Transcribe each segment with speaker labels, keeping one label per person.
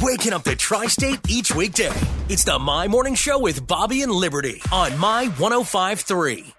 Speaker 1: waking up the tri state each weekday. It's the My Morning Show with Bobby and Liberty on My 1053.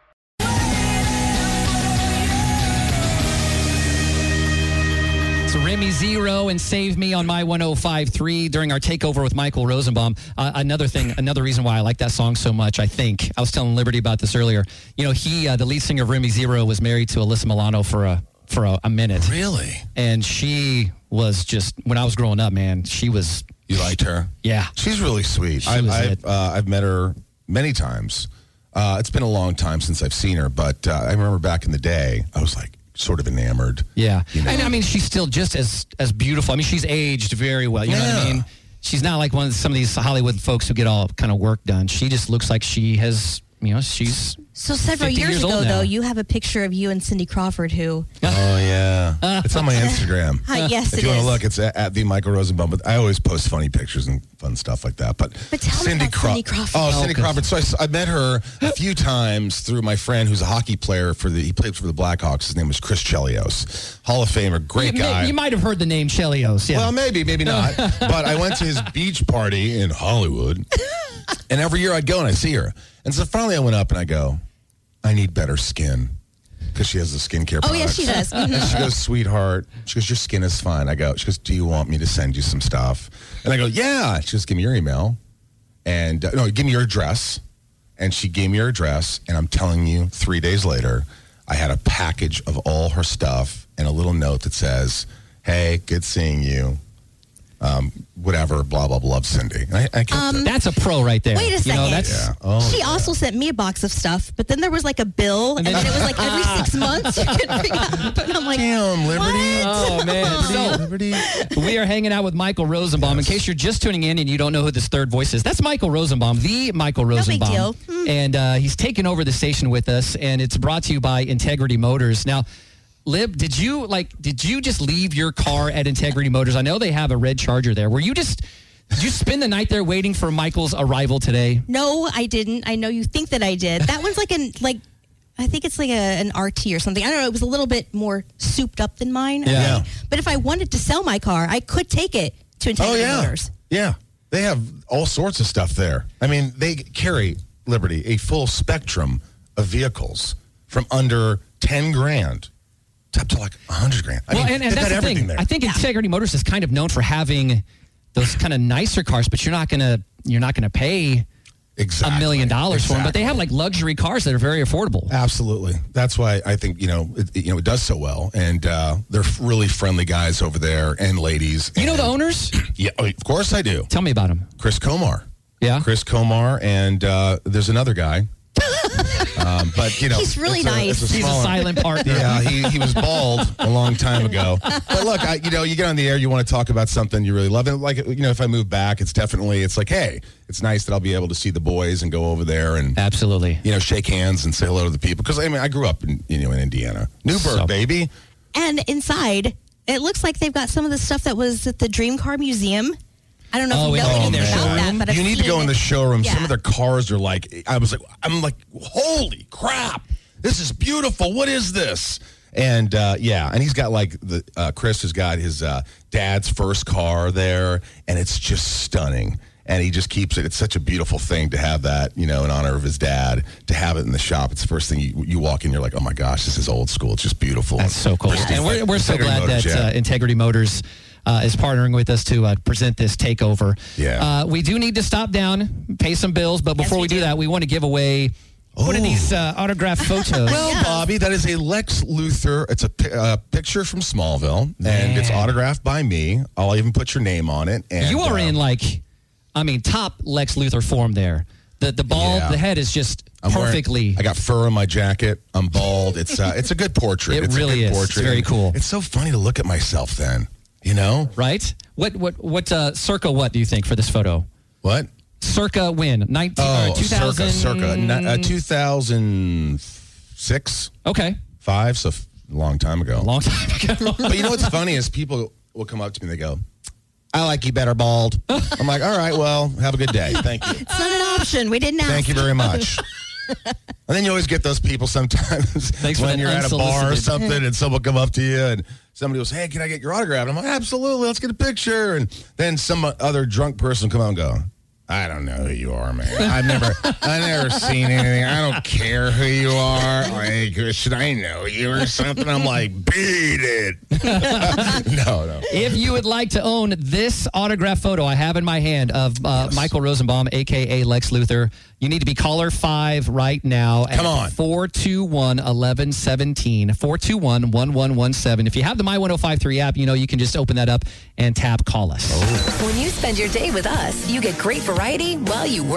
Speaker 2: It's Remy Zero and Save Me on My 1053 during our takeover with Michael Rosenbaum. Uh, another thing, another reason why I like that song so much, I think. I was telling Liberty about this earlier. You know, he, uh, the lead singer of Remy Zero, was married to Alyssa Milano for a, for a, a minute.
Speaker 3: Really?
Speaker 2: And she was just, when I was growing up, man, she was,
Speaker 3: You liked her?
Speaker 2: yeah.
Speaker 3: She's really sweet. I've,
Speaker 2: was
Speaker 3: I've,
Speaker 2: it.
Speaker 3: uh, I've met her many times. Uh, it's been a long time since I've seen her, but uh, I remember back in the day, I was like sort of enamored.
Speaker 2: Yeah,
Speaker 3: You know?
Speaker 2: and I mean, she's still just as as beautiful. I mean, she's aged very well. You know what I
Speaker 3: Yeah.
Speaker 2: mean? She's not like one of some of these Hollywood folks who get all kind of work done. She just looks like she has, you know, she's
Speaker 4: So several
Speaker 2: 50
Speaker 4: years,
Speaker 2: years
Speaker 4: ago,
Speaker 2: old now.
Speaker 4: though, you have a picture of you and Cindy Crawford, who,
Speaker 3: Oh, yeah. it's on my Instagram.
Speaker 4: uh, yes,
Speaker 3: If
Speaker 4: it
Speaker 3: you want
Speaker 4: is.
Speaker 3: to look, it's at, at the Michael Rosenbaum. But I always post funny pictures and fun stuff like that. But,
Speaker 4: But tell me about Cindy Crawford.
Speaker 3: Oh,
Speaker 2: Oh,
Speaker 3: Cindy
Speaker 2: good.
Speaker 3: Crawford. So I s- I, met her a few times through my friend who's a hockey player for the. He played for the Blackhawks. His name was Chris Chelios, Hall of Famer, great
Speaker 2: You may-
Speaker 3: guy.
Speaker 2: You might have heard the name Chelios. Yeah.
Speaker 3: Well, maybe, maybe not. but I went to his beach party in Hollywood, and every year I'd go and I see her. And so finally, I went up and I go, "I need better skin," because she has the skincare.
Speaker 4: Oh, yes, she
Speaker 3: products.
Speaker 4: does. Mhm.
Speaker 3: And she goes, "Sweetheart," she goes, "Your skin is fine." I go, she goes, "Do you want me to send you some stuff?" And I go, "Yeah." She goes, "Give me your email," and uh, no, give me your address. And she gave me her address, and I'm telling you, three days later, I had a package of all her stuff and a little note that says, "Hey, good seeing you." Um, whatever, blah blah blah. Cindy, and I, I kept
Speaker 4: Um,
Speaker 3: it.
Speaker 2: that's a pro right there.
Speaker 4: Wait a
Speaker 2: You know,
Speaker 4: second.
Speaker 2: that's
Speaker 3: Yeah. Oh,
Speaker 4: she also sent me a box of stuff, but then there was like a bill, and
Speaker 2: then-
Speaker 4: then it was like every six months you could pick up. And I'm like,
Speaker 3: damn, Liberty.
Speaker 2: Oh man! So
Speaker 3: Liberty.
Speaker 2: we are hanging out with Michael Rosenbaum. In case you're just tuning in and you don't know who this third voice is, that's Michael Rosenbaum, the Michael
Speaker 4: big
Speaker 2: Rosenbaum,
Speaker 4: deal. Hmm.
Speaker 2: and uh, he's taken over the station with us. And it's brought to you by Integrity Motors. Now, Lib, did you like? Did you just leave your car at Integrity Motors? I know they have a red Charger there. Were you just? Did you spend the night there waiting for Michael's arrival today?
Speaker 4: no, I didn't. I know you think that I did. That one's like an like. I think it's like a, an RT or something. I don't know. It was a little bit more souped up than mine. I
Speaker 2: Yeah.
Speaker 4: think. But if I wanted to sell my car, I could take it
Speaker 3: Oh
Speaker 4: to Integrity
Speaker 3: yeah,
Speaker 4: Motors.
Speaker 3: yeah. They have all sorts of stuff there. I mean, they carry Liberty a full spectrum of vehicles from under ten grand to up to like hundred grand. I mean, they've got everything there.
Speaker 2: I think Integrity Motors is kind of known for having those kind of nicer cars, but you're not gonna you're not gonna pay
Speaker 3: exactly.
Speaker 2: a million dollars for them. But
Speaker 3: Exactly. Uh,
Speaker 2: they have like luxury cars that are very affordable.
Speaker 3: Absolutely. That's why I think you know it, you know it does so well, and uh, they're really friendly guys over there and ladies.
Speaker 2: You know the
Speaker 3: and-
Speaker 2: owners?
Speaker 3: Yeah, oh, of course I do.
Speaker 2: Tell me about them.
Speaker 3: Chris Comar.
Speaker 2: Yeah.
Speaker 3: Chris Comar, and uh, there's another guy. um, but you know,
Speaker 4: He's really
Speaker 3: it's a-
Speaker 4: nice.
Speaker 3: it's a
Speaker 2: He's a
Speaker 3: small-
Speaker 2: silent partner.
Speaker 3: Yeah, he, he was bald a long time ago. But look, I, you know, you get on the air, you want to talk about something you really love. And like, you know, if I move back, it's definitely, it's like, hey, it's nice that I'll be able to see the boys and go over there and,
Speaker 2: Absolutely.
Speaker 3: you know, shake hands and say hello to the people. Because, I mean, I grew up in, you know, in Indiana. Newburgh,
Speaker 2: So-
Speaker 3: baby.
Speaker 4: And inside, it looks like they've got some of the stuff that was at the Dream Car Museum. I don't know
Speaker 2: Oh,
Speaker 4: if
Speaker 2: we
Speaker 4: you know
Speaker 2: go in
Speaker 4: anything
Speaker 2: there.
Speaker 4: about that, but I've
Speaker 3: you need to
Speaker 4: seen
Speaker 3: go in
Speaker 4: it.
Speaker 3: the showroom. Some
Speaker 4: Yeah.
Speaker 3: of their cars are like, I was like, I'm like, holy crap, this is beautiful. What is this? And uh, yeah, and he's got like the uh, Chris has got his uh, dad's first car there, and it's just stunning. And he just keeps it. It's such a beautiful thing to have that, you know, in honor of his dad, to have it in the shop. It's the first thing you, you walk in, you're like, oh my gosh, this is old school. It's just beautiful.
Speaker 2: That's so cool.
Speaker 3: Pristine.
Speaker 2: And we're, we're so
Speaker 3: Integrity
Speaker 2: glad
Speaker 3: Motors,
Speaker 2: that
Speaker 3: yeah.
Speaker 2: uh, Integrity Motors uh, is partnering with us to uh, present this takeover.
Speaker 3: Yeah.
Speaker 2: Uh, we do need to stop down, pay some bills, but before
Speaker 4: we
Speaker 2: we do,
Speaker 4: do.
Speaker 2: that, we want to give away one of
Speaker 3: Oh.
Speaker 2: these uh, autographed photos.
Speaker 3: Well, Bobby, that is a Lex Luthor. It's a pi- uh, picture from Smallville, and it's
Speaker 2: Man.
Speaker 3: autographed by me. I'll even put your name on it. And
Speaker 2: you are
Speaker 3: uh,
Speaker 2: in like, I mean, top Lex Luthor form there. The the ball,
Speaker 3: Yeah.
Speaker 2: the head is just
Speaker 3: I'm wearing-
Speaker 2: perfectly.
Speaker 3: I got fur on my jacket. I'm bald. It's uh, it's a good portrait.
Speaker 2: It
Speaker 3: it's a
Speaker 2: really
Speaker 3: good
Speaker 2: is. It's
Speaker 3: Portrait.
Speaker 2: very cool.
Speaker 3: It's so funny to look at myself then. You know
Speaker 2: right? What what what? Uh, circa what do you think for this photo?
Speaker 3: what?
Speaker 2: Circa when? 19,
Speaker 3: Oh,
Speaker 2: or 2000,
Speaker 3: circa circa ni- uh, 2006,
Speaker 2: Okay,
Speaker 3: five, so f- long time ago.
Speaker 2: long time ago.
Speaker 3: But you know what's funny is people will come up to me and they go, I like you better bald. I'm like, all right, well, have a good day. Thank you.
Speaker 4: It's not an option. We didn't ask.
Speaker 3: Thank you very much. And then you always get those people sometimes
Speaker 2: Thanks for
Speaker 3: when
Speaker 2: that
Speaker 3: you're at a bar or
Speaker 2: unsolicited.
Speaker 3: something and someone come up to you and somebody was, hey, can I get your autograph? And I'm like, absolutely, let's get a picture. And then some other drunk person come out and go, I don't know who you are, man. I've never, I've never seen anything. I don't care who you are. Like, should I know you or something? I'm like, beat it. no, no.
Speaker 2: If you would like to own this autograph photo I have in my hand of uh, Michael Rosenbaum, aka Lex Luthor, you need to be caller five right now.
Speaker 3: Come on.
Speaker 2: 421 1117. 421 1117. If you have the My 1053 app, you know you can just open that up and tap call us.
Speaker 5: When you spend your day with us, you get great variety while you work.